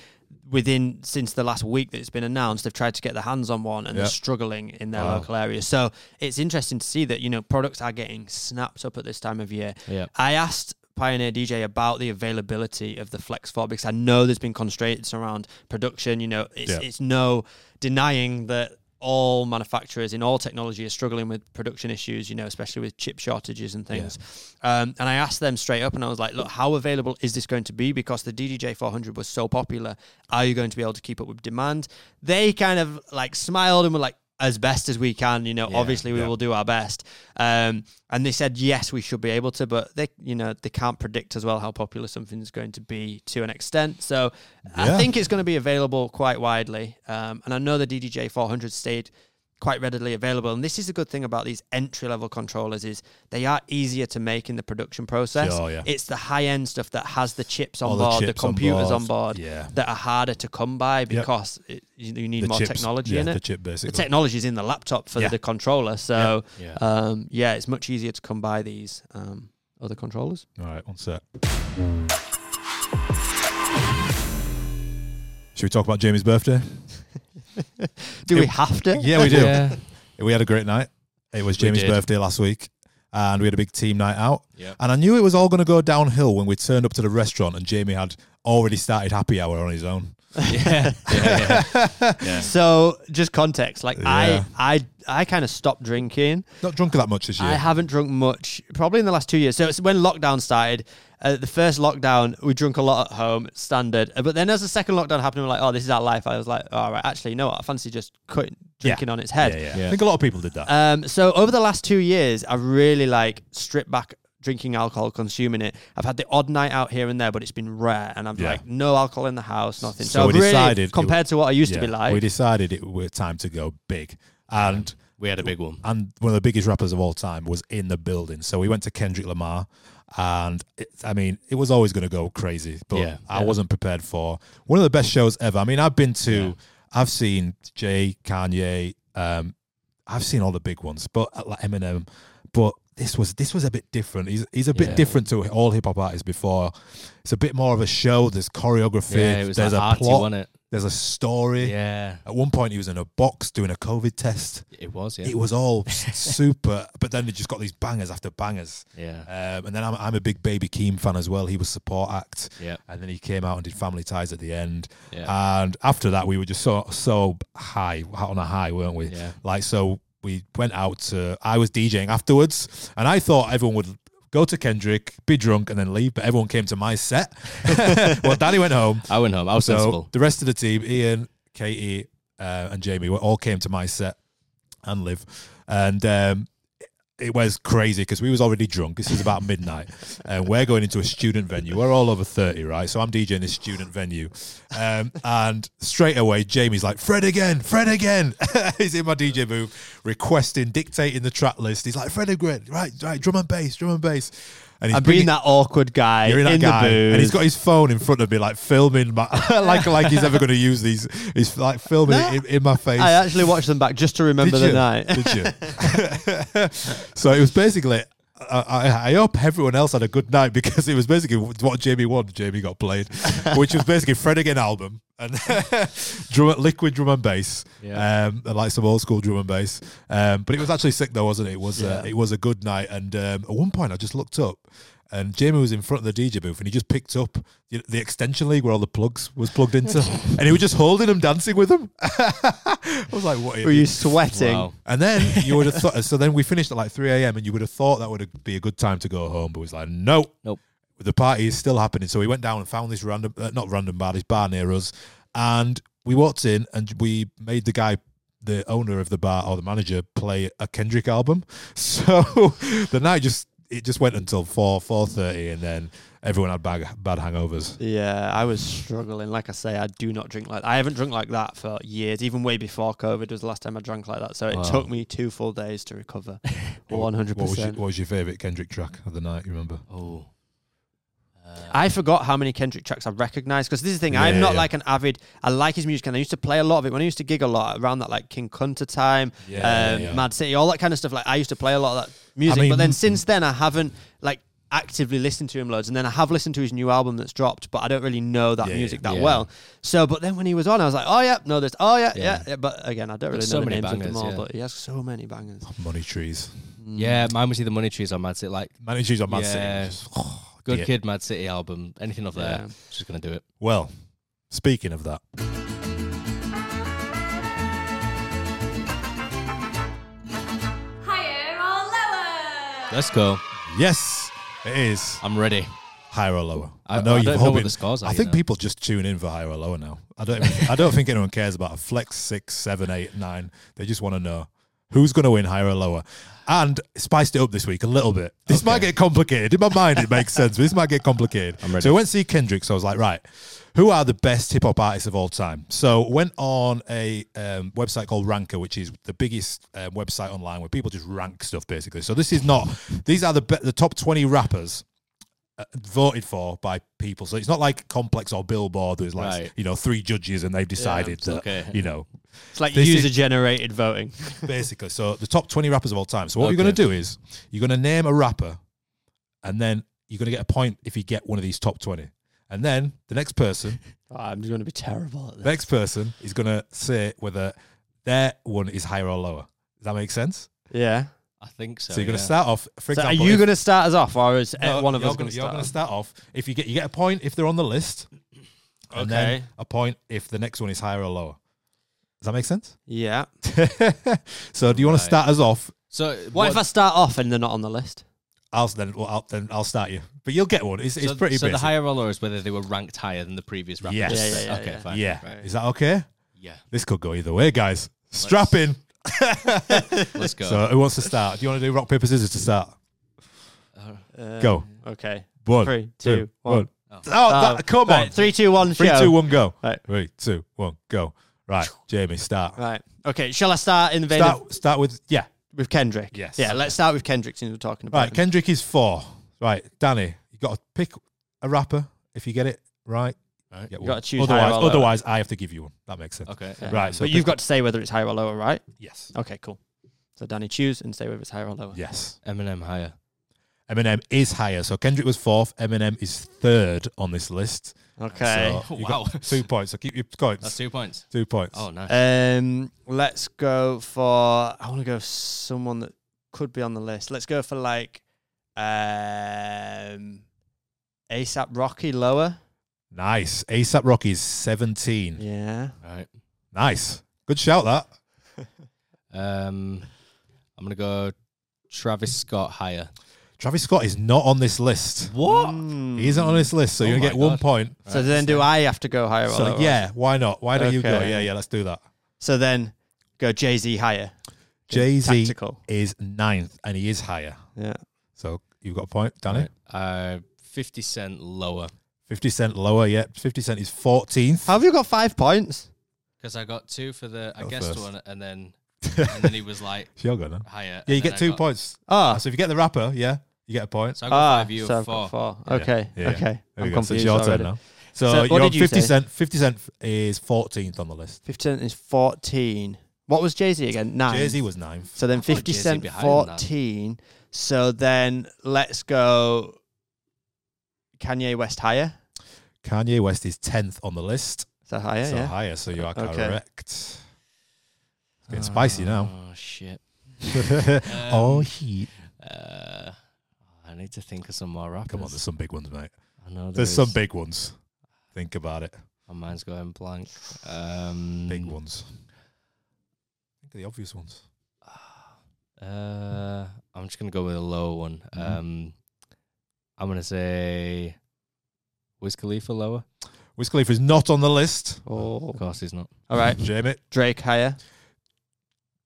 within since the last week that it's been announced, they've tried to get their hands on one and Yeah. they're struggling in their Wow. local area. So it's interesting to see that you know products are getting snapped up at this time of year. Yeah. I asked Pioneer DJ about the availability of the Flex 4 because I know there's been constraints around production. You know, it's, Yeah. it's no denying that all manufacturers in all technology are struggling with production issues, you know, especially with chip shortages and things. Um, and I asked them straight up and I was like, look, how available is this going to be? Because the DDJ 400 was so popular. Are you going to be able to keep up with demand? They kind of like smiled and were like, as best as we can, you know, Yeah, obviously we yeah. will do our best. Um, and they said yes, we should be able to, but they, you know, they can't predict as well how popular something's going to be to an extent. So I Yeah. think it's going to be available quite widely. Um, and I know the DDJ 400 stayed quite readily available. And this is the good thing about these entry level controllers is they are easier to make in the production process. Sure, yeah. It's the high end stuff that has the chips on All the board, the, chips on computers board. on board, Yeah. that are harder to come by because it, you, you need The more chips. technology Yeah, in it. the chip, basically. The technology is in the laptop for Yeah. the controller, so Yeah. yeah. Um, yeah, it's much easier to come by these um, other controllers. All right, one sec. Should we talk about Jamie's birthday? Do It- we have to? Yeah, we do. Yeah. We had a great night. It was We Jamie's did. birthday last week, and we had a big team night out. Yep. And I knew it was all going to go downhill when we turned up to the restaurant, and Jamie had already started happy hour on his own. yeah. yeah, yeah. yeah. So just context, like Yeah. I, I, I kind of stopped drinking. *laughs* Not drunk that much this year. I haven't drunk much, probably in the last two years. So it's when lockdown started. Uh, the first lockdown, we drunk a lot at home, standard. Uh, But then as the second lockdown happened, we we're like, oh, this is our life. I was like, all right, actually, you know what? I fancy just quitting drinking on its head. yeah, yeah, Yeah. I think a lot of people did that. Um, so over the last two years, I've really like stripped back drinking alcohol, consuming it. I've had the odd night out here and there, but it's been rare. And I'm Yeah. like, no alcohol in the house, nothing. So So, we I've really, decided it- compared to what I used Yeah. to be like, we decided it were time to go big, and We had a big one. and one of the biggest rappers of all time was in the building. So we went to Kendrick Lamar, and it, I mean, it was always going to go crazy, but Yeah. I wasn't prepared for one of the best shows ever. I mean, I've been to, I've seen Jay, Kanye, um, I've seen all the big ones, but uh, like Eminem, but. This was this was a bit different. He's he's a bit Yeah. different to all hip hop artists before. It's a bit more of a show. There's choreography. Yeah, it was there's like a arty, plot. wasn't it? There's a story. Yeah, At one point, he was in a box doing a COVID test it was. Yeah, it was *laughs* all s- super. But then they just got these bangers after bangers. yeah, Um, and then I'm, I'm a big Baby Keem fan as well. He was support act. yeah, And then he came out and did Family Ties at the end. yeah. And after that, we were just so so high on a high, weren't we? Yeah. Like so, we went out to. I was DJing afterwards, and I thought everyone would. Go to Kendrick, be drunk, and then leave. But everyone came to my set. *laughs* well, Danny went home, I went home. I was so sensible. the rest of the team, Ian, Katie, uh, and Jamie, were- all came to my set and live, and um, it was crazy because we was already drunk. This is about *laughs* midnight, and we're going into a student venue. We're all over thirty, right? So I'm DJing this student venue, um, and straight away Jamie's like, "Fred again, Fred again." *laughs* He's in my DJ booth, requesting, dictating the track list. He's like, "Fred again, right, right, drum and bass, drum and bass." And he's I've bringing- been that awkward guy you're in in, that the guy, booth. and he's got his phone in front of me, like filming my, *laughs* like like he's ever going to use these. He's like filming No. it in, in my face. I actually watched them back just to remember the night. *laughs* *laughs* Did you? so it was basically. I, I, I hope everyone else had a good night because it was basically what Jamie won. Jamie *laughs* got played, which was basically Fred again album and *laughs* drum, liquid drum and bass, Yeah. um, and like some old school drum and bass. Um, but it was actually sick though, wasn't it? It was uh, it was a good night. And um, at one point, I just looked up. And Jamie was in front of the DJ booth, and he just picked up the, the extension league where all the plugs was *laughs* plugged into, and he was just holding them, dancing with them. *laughs* I was like, "What? Were you sweating? Wow. And then you would have thought. *laughs* So then we finished at like 3 a.m. and you would have thought that would be a good time to go home, but it was like, no, Nope. The party is still happening. So we went down and found this random, uh, not random bar, this bar near us, and we walked in and we made the guy. The owner of the bar or the manager play a Kendrick album, *laughs* so the night just it just went until four four thirty, and then everyone had bad bad hangovers. Yeah, I was struggling. Like I say, I do not drink like I haven't drunk like that for years. Even way before COVID was the last time I drank like that. So it Wow. took me two full days to recover. One hundred *laughs* What was your, percent. what was your favorite Kendrick track of the night? You remember? Oh, I forgot how many Kendrick tracks I recognized because this is the thing. Yeah, I'm not yeah. like an avid. I like his music, and I used to play a lot of it when I used to gig a lot around that like King Kunta time, Yeah, um, yeah, yeah. Mad City, all that kind of stuff. Like I used to play a lot of that music, mean- but then since then I haven't like actively listened to him loads. And then I have listened to his new album that's dropped, but I don't really know that Yeah, music yeah. that Yeah. well. So, but then when he was on, I was like, oh yeah, no, there's oh yeah, yeah, Yeah. yeah, But again, I don't really There's know so the many names of them bangers, all, yeah. but he has so many bangers. Money Trees. yeah. Mine was either Money Trees or Mad City. Like, Money Trees on Mad Yeah. City. Just- oh, good dear. kid, Mad City album. Anything of that, Yeah. just gonna do it. Well, speaking of that, Higher or lower? Let's go. yes, it is I'm ready. higher or lower. I- I don't know what the scores are, I you think know. people just tune in for higher or lower now. I don't. Even, I don't think anyone cares about a flex six, seven, eight, nine. They just want to know Who's going to win, higher or lower? And spiced it up this week a little bit. This might get complicated. In my mind, it makes sense, but this might get complicated. I'm ready. So I went to see Kendrick. So I was like, right, who are the best hip hop artists of all time? So went on a um, website called Ranker, which is the biggest um, website online where people just rank stuff basically. So this is not; these are the be- the top twenty rappers voted for by people. So it's not like Complex or Billboard. There's like Right. you know three judges and they've decided that okay. you know It's like This is- user generated voting. basically. So the top twenty rappers of all time. So what you're Okay. going to do is you're going to name a rapper, and then you're going to get a point if you get one of these top twenty. And then the next person, Oh, I'm going to be terrible at the this. next person is going to say whether their one is higher or lower. Does that make sense? Yeah. I think so. So, you're going to yeah. start off. For So example, are you if- going to start us off, or is No, uh one of you're us going gonna- to You're start? going to us? start off. If you get you get a point if they're on the list, and then Okay. a point if the next one is higher or lower. Does that make sense? *laughs* Yeah. so do you want Right. to start us off? So What, if I start off and they're not on the list? I'll then well, I'll, then I'll start you, but you'll get one. It's, it's so, pretty so the basic. higher or lower is whether they were ranked higher than the previous rapper. Yes. Yeah, yeah, yeah, okay, yeah. fine. yeah, right. is that okay? yeah. This could go either way, guys. Strap in. Let's go. *laughs* So who wants to start? Do you want to do rock paper scissors to start? Uh, Go. Okay. One, Three, two, two, one. one. Oh, Uh, that, come right, on! Three, two, one, Three, show. two, one, go. Right. Three, two, one, go. Right, Jamie, start. Right. Okay. Shall I start in the vein of, Start. Start with yeah. with Kendrick? Yes. Yeah. Let's start with Kendrick since we're talking about. Right, him. Kendrick is four. Right, Danny, you got to pick a rapper if you get it right. Right. get You one. gotta choose higher Otherwise, or lower. otherwise, I have to give you one. That makes sense. okay. Yeah. Right, so but you've got to say whether it's higher or lower, right? yes, Okay. Cool. So Danny, choose and say whether it's higher or lower. yes. Eminem higher. Eminem is higher, so Kendrick was fourth. Eminem is third on this list. Okay. *laughs* So you Wow. got two points. So keep your going. That's two points. Two points. Oh, nice. Um. Let's go for. I want to go for someone that could be on the list. Let's go for like, um, ASAP Rocky lower. Nice. ASAP Rocky is seventeen. Yeah. right. Nice. Good shout. That Um, I'm gonna go Travis Scott higher. Travis Scott is not on this list. What? Mm. He isn't on this list, so Oh you're my gonna get one God. point. So then, do I have to go higher or So lower? yeah, why not? Why don't you go? Okay. Yeah, yeah. Let's do that. So then, go Jay Z higher. Jay Z Tactical. is ninth, and he is higher. Yeah. So you've got a point, Danny. Right. Uh, Fifty Cent lower 50 Cent lower, yeah. 50 Cent is 14th. How have you got five points? because I got two for the I Go guessed Oh, first. one and then *laughs* and then he was like She'll go now. Uh, higher. Yeah, you and get then I two got- points. Oh, So if you get the rapper, yeah, you get a point. So I got ah, five. You so have I've got four. four. Yeah, Okay, yeah. okay. There I'm we go. So confused it's your already. turn now. So, So what you're on did you 50 say? Cent. 50 Cent is 14th on the list. Fifteen is fourteen. What was Jay Z again? Nine. Jay Z was 9th. So then I thought Fifty Jay-Z Cent behind that. fourteen. So then let's go. Kanye West higher. Kanye West is 10th on the list. So higher, so yeah. higher, so you are Okay. correct. It's getting spicy now. Oh shit. Ah. *laughs* Um, Um, oh, heat. Uh, I need to think of some more rappers. Come on, there's some big ones, mate. I know There's is. some big ones. Think about it. My mind's going blank. Um, Big ones. Hmm. Think of the obvious ones. Uh, I'm just gonna go with a lower one. Mhm. Um, I'm gonna say Wiz Khalifa lower. Wiz Khalifa is not on the list. Oh. Of course, he's not. All right. Jamie, Drake higher.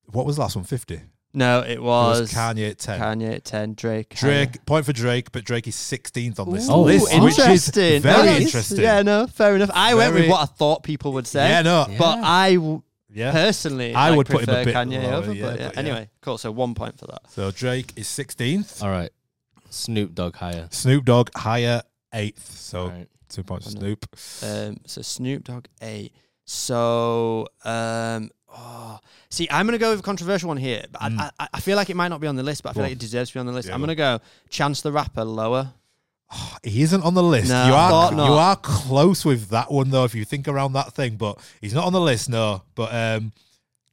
what was the last one? 50? No, it It was, was Kanye at 10. Kanye at ten. Drake. higher. Drake, point for Drake, but Drake is 16th on Oh, this Ooh, list, which is very Nice. interesting. Yeah, no, fair enough. I went with Very- what I thought people would say. Yeah, no, Yeah. But I w- yeah. personally, I like, would put him a prefer bit Kanye lower, over. yeah, but, yeah. but yeah. anyway, cool. So one point for that. So Drake is 16th. All right, Snoop Dogg higher. Snoop Dogg higher, 8th. So All right. two points for Wonder- Snoop. Um, so Snoop Dogg eight. So um, oh, see, I'm gonna go with a controversial one here, but I, I, I feel like it might not be on the list, but I feel Mm. Go like it deserves to be on the list. Yeah, I'm go gonna go Chance the Rapper lower. He isn't on the list. No, you I are thought you not. are close with that one though, if you think around that thing, but he's not on the list, no. But um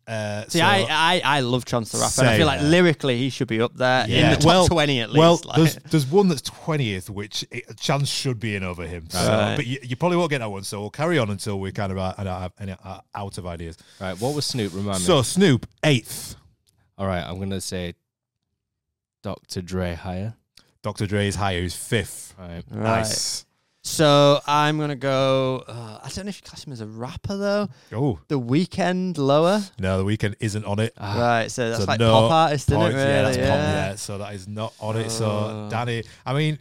uh See, so- I, I I love Chance the Rapper. and I Same. feel like lyrically he should be up there in Yeah. the top Well- twenty at least. Well, like- there's there's one that's twentieth, which it, a chance should be in over him. So, Right. But you, you probably won't get that one. So we'll carry on until we're kind of uh, out, out, out, out of ideas. All right, what was Snoop? Remind me. So Snoop eighth, All right, I'm gonna say Dr. Dre higher. Dr. Dre is higher, who's fifth. All right, *laughs* Right. Nice. So I'm gonna go. Uh, I don't know if you class him as a rapper though. Oh The weekend lower. no, the weekend isn't on it. right. So that's Ah, So like no pop artist, isn't it? points. Really? Yeah, that's pop- yeah. Oh. yeah, so that is not on it. So Danny, I mean,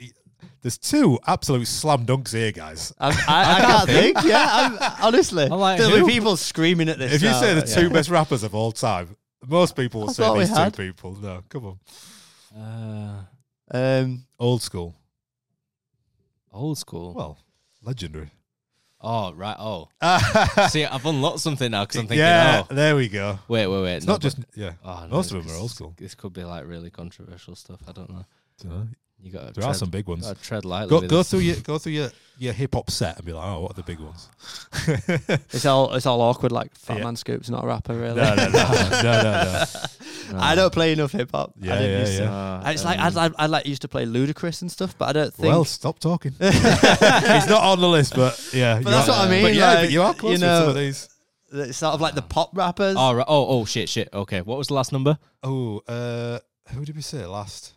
there's two absolute slam dunks here, guys. I'm, I, I can't think. Yeah, I'm, honestly, I'm like, there'll who? be people screaming at this. If you now, say the but two best rappers of all time, most people will I say thought we these two had. people. No, come on, Uh, yeah. Um, old school. old school. Well, *laughs* legendary. Oh right. Oh, see, I've unlocked something now because I'm thinking. yeah, Oh, there we go. wait, wait, wait. It's no, not but- just yeah. Oh, no, most of them this- are old school. This could be like really controversial stuff. I don't know. Dunno. You got There are some big ones. Gotta tread lightly. Go, with go this. through your go through your, your hip hop set and be like, oh, what are the big ones? It's all it's all awkward. Like Fat Yeah. Man Scoop's not a rapper, really. No, no, no, no, no, no. *laughs* I don't play enough hip hop. Yeah, I didn't yeah, used to. yeah. Uh, It's like um, I'd, I'd, I'd like used to play Ludacris and stuff, but I don't think. Well, stop talking. *laughs* He's not on the list, but yeah, But you that's are- what I mean, But yeah, like, but you are you close with some know- of these. it's sort of like the pop rappers. Oh, right. oh, oh, shit, shit. Okay, what was the last number? Oh, uh, who did we say last?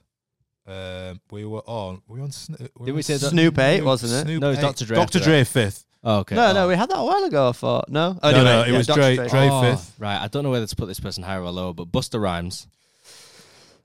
Um, we were on. We were on. Sno- we Did were we on say that- Snoop Eight, wasn't it? Snoop No, it's Eight. Dr. Dre Dr. after Dre fifth. Oh, okay. No, oh. no, we had that a while ago. I thought no. Oh, No, anyway, no, it yeah, was Dr. Dre. Dre. Dre fifth. Right, I don't know whether to put this person higher or lower, but Buster Rhymes,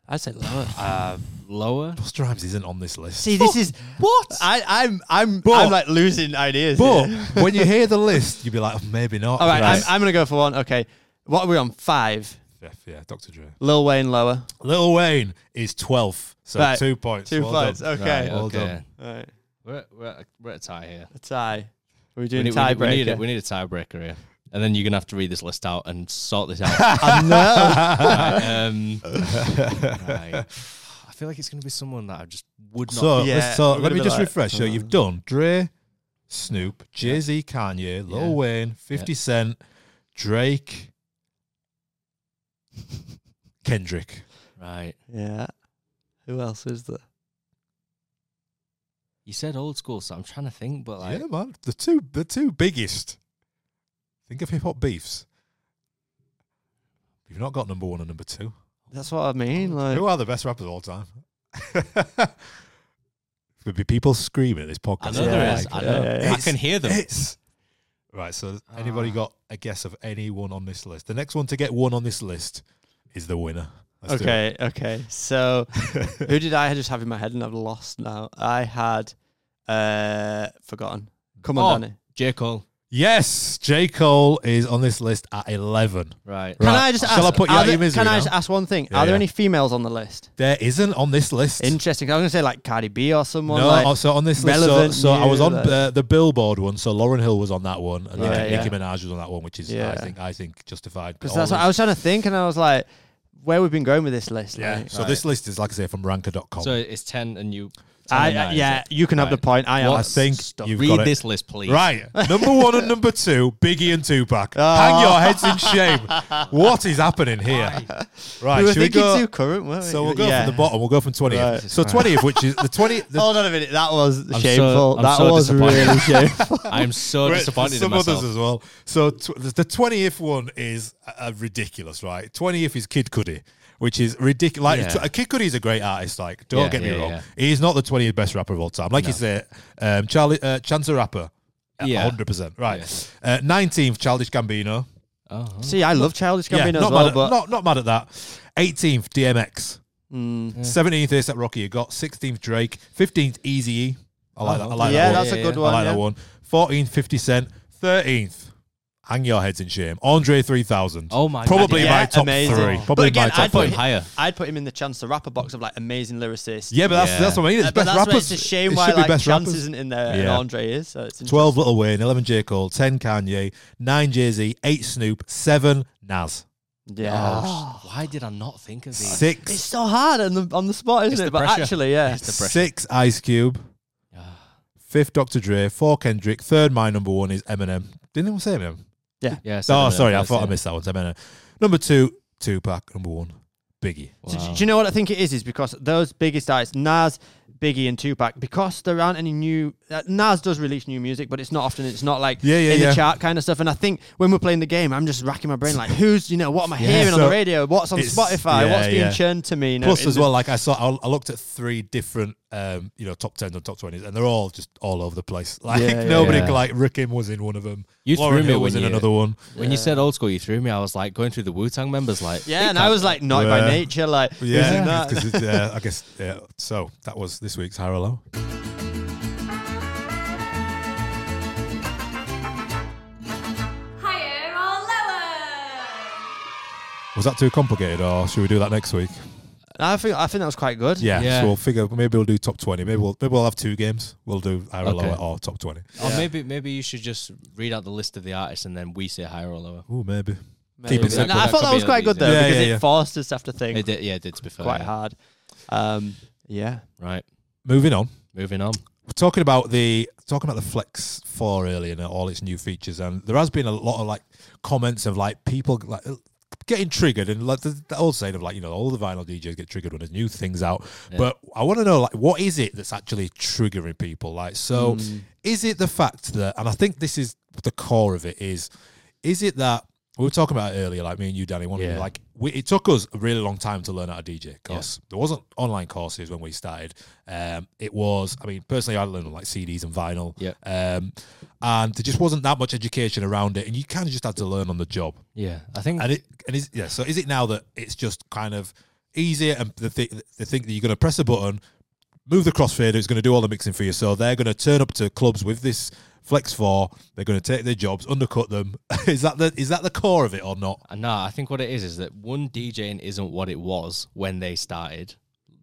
I'd say lower. uh, *laughs* lower. Buster Rhymes isn't on this list. See, this is What? I, I'm I'm But- I'm like losing ideas. but here. when you hear the list, you'd be like, oh, maybe not. all right, Right. I'm, I'm gonna go for one. Okay, what are we on? Five. Fifth, yeah, Dr. Dre. Lil Wayne lower. Lil Wayne is twelfth, so Right. two points. Two well points. Uh, done. Okay. Right, Well okay. done. All right. We're, at- we're, at a, we're at a tie here. A tie. We're We doing need, we, tiebreaker. need, we, need a, we need a tiebreaker here. And then you're going to have to read this list out and sort *laughs* this out. *laughs* Right, um, *laughs* right. I feel like it's going to be someone that I just would not. So, Yeah, let's- so we're let gonna me be just like, refresh. So you've done Dre, Snoop, Jay Z, Kanye, Lil Yeah. Wayne, Fifty Cent, Drake, *laughs* Kendrick. right. Yeah. Who else is there? You said old school, so I'm trying to think, but like. yeah, man, the two the two biggest. Think of hip hop beefs. You've not got number one and number two. That's what I mean. Like, Who are the best rappers of all time? *laughs* There'd be people screaming at this podcast. I know Yeah, there is. like, I know. yeah, yeah, Ah. I can hear them. It's right. So, anybody got a guess of anyone on this list? The next one to get one on this list is the winner. Let's do it. okay, okay. *laughs* So, who did I just have in my head and I've lost now? I had uh forgotten. Come on, Oh, Danny. J. Cole. Yes, J Cole is on this list at eleven. Right. Can Right. I just Shall ask? I put you are out of there- your misery can I now? just ask one thing? Yeah, are there yeah. any females on the list? There isn't on this list. Interesting. 'cause I was gonna say like Cardi B or someone. no, oh, like, so on this list, so, relevant so I was new, on like- uh, the Billboard one. So Lauren Hill was on that one, and Right, Nicki, yeah. Nicki Minaj was on that one, which is I Yeah. think I think justified. because All that's what these- I was trying to think, and I was like, where we've been going with this list? Yeah. like- so this list is like I say from Ranker.com. So it's 10 and you. 10 I, uh, and nine, is yeah, it? you can have the Right. point. I am. I think you've got Read it. this list, *laughs* please. Right, number one and number two, Biggie and Tupac. Oh. Hang your heads in shame. What *laughs* is happening here? Right, we were should we thinking too go? current, weren't we? So we'll go Yeah. Oh, from the bottom. We'll go from twentieth. So twentieth, which is the twenty. *laughs* The, Hold on a minute. That was so- shameful. I'm that so was disappointed. *laughs* really shameful. I'm so Right, disappointed in some myself. others as well. So tw- the twentieth one is uh, ridiculous, right? Twentieth is Kid Cudi, which is ridiculous. Like Yeah. tw- Kid Cudi is a great artist. Like, don't Yeah, get me yeah, wrong, yeah. he's not the twentieth best rapper of all time. Like you say, um, Charlie uh, Chance the Rapper, Yeah. hundred percent, right? Uh, Nineteenth, Childish Gambino. Oh, *laughs* See, I love Childish Gambino as not, well, mad at, but not not mad at that. 18th DMX, mm. Mm. 17th ASAP Rocky. You got 16th Drake, 15th Easy. I like that. I like yeah, that one. that's a good I one. like yeah. that one. 14th 50 Cent, 13th. Hang your heads in shame. Andre 3000. Oh my God, Probably yeah. my Yeah, top amazing. three. But Probably again, my top I'd put him three. Put him higher. I'd put him in the Chance the Rapper box of like amazing lyricists. Yeah, but that's Yeah. that's what I mean. It's Uh, but best that's where rappers. it's a shame It why should be like best Chance rappers. isn't in there and Yeah. Andre is. So it's 12 Little Wayne, 11 J Cole, 10 Kanye, 9 Jay Z, 8 Snoop, 7 Nas, interesting. Yeah. Oh, why did I not think of these? 6 It's so hard on the on the spot, isn't It's the it? But pressure. actually, yeah. It's the pressure. Six Ice Cube. Fifth Dr. Dre. Four Kendrick. Third, my number one is Eminem. Didn't anyone say Eminem? Yeah, oh, seven sorry, I first, thought I yeah. missed that one. It's Eminem. Number two, Tupac. Number one, Biggie. So do- Wow. do you know what I think it is? Is because those biggest artists, Nas, Biggie, and Tupac, because there aren't any new. Uh, Nas does release new music, but it's not often. It's not like Yeah, yeah, in yeah. the chart kind of stuff. And I think when we're playing the game, I'm just racking my brain *laughs* like, who's you know what am I Yeah, hearing on so the radio? What's on it's- Spotify? yeah, What's being yeah. churned to me? You know, Plus, it as just- well, like I saw, I- I looked at three different um, you know, top tens and top twenties, and they're all just all over the place. *laughs* Like Yeah, yeah, nobody, yeah. could like Rickin was in one of them. You threw Lauren me Hill was when in you- another one. When you said old school, you threw me. I was like going through the Wu Tang members, like Yeah, and I was like, not by Yeah. nature, like, who's in Yeah, that? because uh, I guess yeah. So that was this week's high or low. Higher or lower? Was that too complicated, or should we do that next week? I think I think that was quite good. Yeah, Yeah. so we'll figure. Maybe we'll do top twenty. Maybe we'll maybe we'll have two games. We'll do high or Okay. lower or top twenty. or oh, maybe maybe you should just read out the list of the artists and then we say higher or lower. Oh, maybe. Maybe. Keep it And simple. I That thought could that be was quite good though easy. Yeah, because yeah, yeah. it forced us to think It did, yeah, it did to be fair. quite yeah. hard. Um, yeah, Right, Moving on. moving on. We're talking about the talking about the Flex Four earlier and all its new features, and there has been a lot of like comments of like people like getting triggered and like the, the old saying of like you know all the vinyl DJs get triggered when there's new things out. Yeah. But I want to know like what is it that's actually triggering people? Like so, Hmm. is it the fact that and I think this is the core of it is is it that we were talking about it earlier, like me and you, Danny. One Yeah. like we, it took us a really long time to learn how to DJ because there wasn't online courses when we started. Um, it was, I mean, personally, I learned on, like CDs and vinyl, Yeah. um, and there just wasn't that much education around it, and you kind of just had to learn on the job. Yeah, I think And it and is yeah. So is it now that it's just kind of easier and the thi- the thing that you're going to press a button, move the crossfader, it's going to do all the mixing for you. So they're going to turn up to clubs with this Flex Four. They're going to take their jobs, undercut them. *laughs* is that the is that the core of it or not? Uh, No, I think what it is is that one DJing isn't what it was when they started,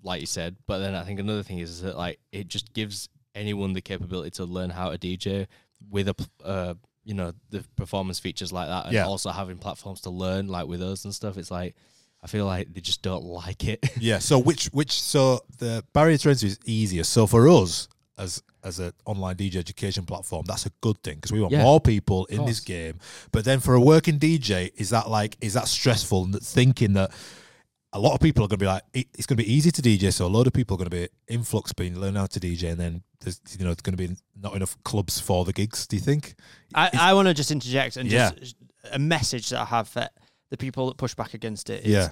like you said. But then I think another thing is, that like it just gives anyone the capability to learn how to DJ with a p- uh, you know the performance features like that, and Yeah. also having platforms to learn like with us and stuff. It's like I feel like they just don't *laughs* like it. Yeah. So which which so the barrier to entry is easier. So for us as as an online DJ education platform, that's a good thing because we want Yeah. more people in this game. But then for a working DJ, is that like is that stressful? And that thinking that a lot of people are going to be like, "It- it's going to be easy to DJ, so a lot of people are going to be influx being learn how to DJ, and then there's you know it's going to be not enough clubs for the gigs. Do you think? I, I want to just interject and just a message that I have for the people that push back against it. Is, Yeah.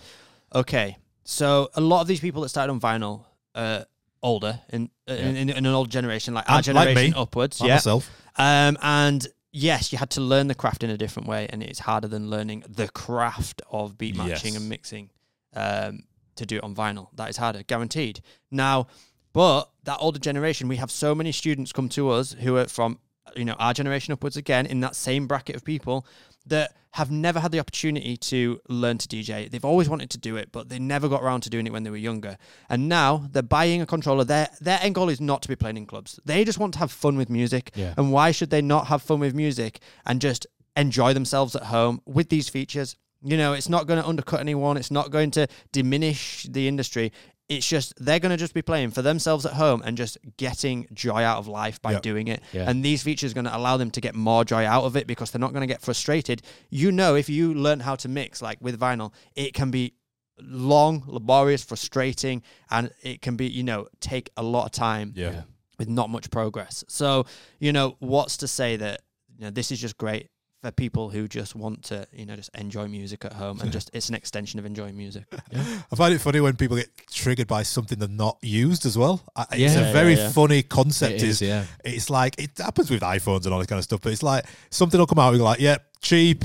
Okay, so a lot of these people that started on vinyl, uh, older in, uh, in, in in an old generation, like our And Ah, like me, generation upwards, Like yeah. myself. Um, and yes, you had to learn the craft in a different way, and it's harder than learning the craft of beat matching Yes. and mixing um, to do it on vinyl. That is harder, guaranteed. Now, but that older generation, we have so many students come to us who are from you know our generation upwards again in that same bracket of people that have never had the opportunity to learn to DJ. They've always wanted to do it, but they never got around to doing it when they were younger. And now they're buying a controller. Their their end goal is not to be playing in clubs. They just want to have fun with music. Yeah. And why should they not have fun with music and just enjoy themselves at home with these features? You know, it's not going to undercut anyone. It's not going to diminish the industry. It's just they're going to just be playing for themselves at home and just getting joy out of life by Yep. doing it. Yeah. And these features are going to allow them to get more joy out of it because they're not going to get frustrated. You know, if you learn how to mix, like with vinyl, it can be long, laborious, frustrating, and it can be, you know, take a lot of time Yeah. with not much progress. So, you know, what's to say that you know this is just great for people who just want to, you know, just enjoy music at home and just it's an extension of enjoying music. I find it funny when people get triggered by something they're not used as well. I- It's Yeah. a Yeah, very yeah, yeah. funny concept. It is, yeah. It's like it happens with iPhones and all this kind of stuff, but it's like something will come out and you're like, "Yep, cheap,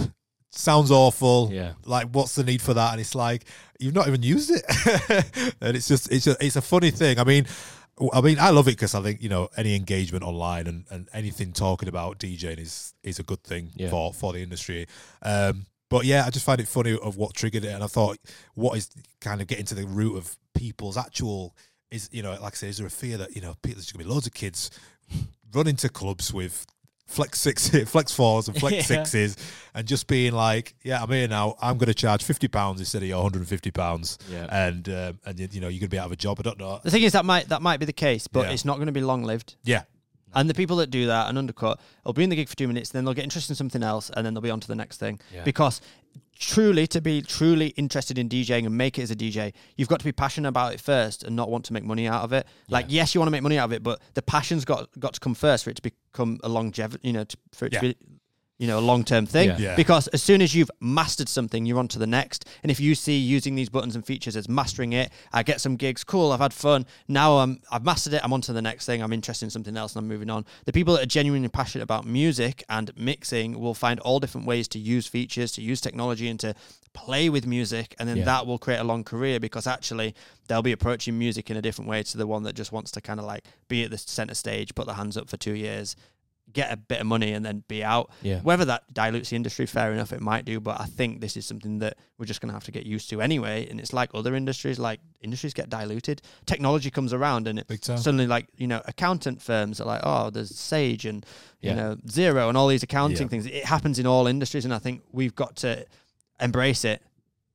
sounds awful. Yeah. Like, what's the need for that?" And it's like you've not even used it, *laughs* and it's just it's a, it's a funny thing. I mean. w- I mean, I love it because I think you know any engagement online and, and anything talking about DJing is is a good thing Yeah. for for the industry. Um, but yeah, I just find it funny of what triggered it, and I thought, what is kind of getting to the root of people's actual is you know, like I say, is there a fear that you know people, there's going to be loads of kids running to clubs with flex six, *laughs* flex fours, and flex *laughs* Yeah. sixes, and just being like, yeah, I'm here now. I'm going to charge fifty pounds instead of your 150 pounds, Yeah. and um, and you- you know you're going to be out of a job. I don't know. The thing is that might that might be the case, but Yeah. it's not going to be long lived. Yeah, And the people that do that and undercut, they'll be in the gig for two minutes, then they'll get interested in something else, and then they'll be on to the next thing. Yeah. Because truly, to be truly interested in DJing and make it as a DJ, you've got to be passionate about it first and not want to make money out of it. Like, yes, you want to make money out of it, but the passion's got got to come first for it to become a longevity, you know, to, for it Yeah. to be. you know, a long term thing. Yeah. Yeah. Because as soon as you've mastered something, you're on to the next. And if you see using these buttons and features as mastering it, I get some gigs, cool, I've had fun. Now I'm I've mastered it, I'm on to the next thing, I'm interested in something else and I'm moving on. The people that are genuinely passionate about music and mixing will find all different ways to use features, to use technology and to play with music and then Yeah. that will create a long career because actually they'll be approaching music in a different way to the one that just wants to kind of like be at the center stage, put their hands up for two years, get a bit of money and then be out. Yeah. Whether that dilutes the industry, fair enough, it might do, but I think this is something that we're just going to have to get used to anyway. And it's like other industries, like industries get diluted. Technology comes around and it Big time. suddenly, like, you know, accountant firms are like, oh, there's Sage and, you Yeah. know, Zero and all these accounting Yeah. things. It happens in all industries. And I think we've got to embrace it.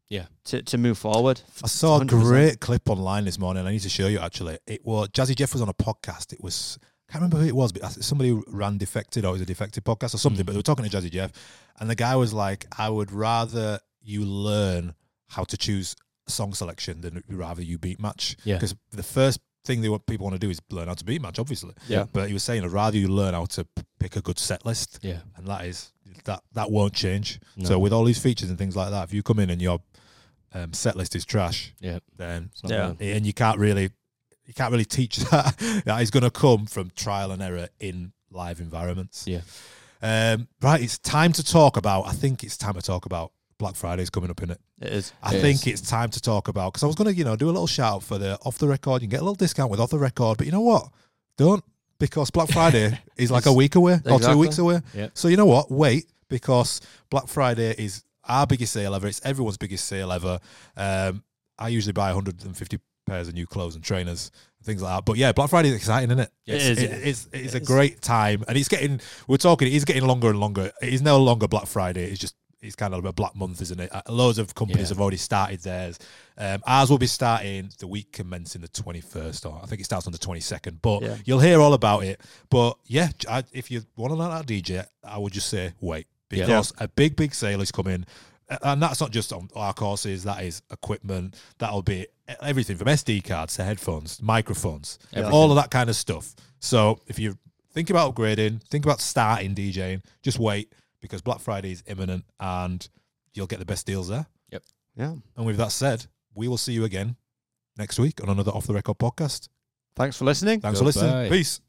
Yeah. To, to move forward. I saw a 100%. great clip online this morning. I need to show you actually. It was Jazzy Jeff was on a podcast. It was I can't remember who it was, but I think somebody ran defected or it was a defective podcast or Hmm. something. But they were talking to Jazzy Jeff, and the guy was like, "I would rather you learn how to choose song selection than rather you beat match." Yeah. because the first thing they want people want to do is learn how to beat match, obviously. Yeah. but he was saying I'd rather you learn how to p- pick a good set list Yeah. and that is that that won't change. So No. with all these features and things like that, if you come in and your um, set list is trash, Yeah. then It's not Yeah. bad. and you can't really you can't really teach *laughs* that that is going to come from trial and error in live environments. Yeah. Um, right, it's time to talk about. I think it's time to talk about Black Friday's coming up in it. It is. I It think is. it's time to talk about because I was going to, you know, do a little shout out for the off the record. You can get a little discount with off the record, but you know what? Don't because *laughs* Black Friday is like a week away or Exactly. two weeks away. Yep. So you know what? Wait because Black Friday is our biggest sale ever. It's everyone's biggest sale ever. Um, I usually buy 150 pairs of new clothes and trainers and things like that. But yeah, Black Friday is exciting, isn't it? It it's, is, It, yeah. it's, it's It a is. great time, and it's getting. We're talking. It is getting longer and longer. It is no longer Black Friday. It's just. It's kind of a black month, isn't it? Uh, Loads of companies Yeah. have already started theirs. Um, ours will be starting the week commencing the 21st, or I think it starts on the 22nd. But Yeah. you'll hear all about it. But yeah, j- I, if you want to learn how to DJ, I would just say wait Yeah. because a big, big sale is coming. A- And that's not just on our courses, that is equipment, that'll be e, everything from SD cards to headphones, microphones, Everything. all of that kind of stuff. So if you think about upgrading, think about starting DJing, just wait because Black Friday is imminent and you'll get the best deals there. Yeah. And with that said, we will see you again next week on another Off the Record podcast. Thanks for listening. Thanks for listening. Goodbye. Peace.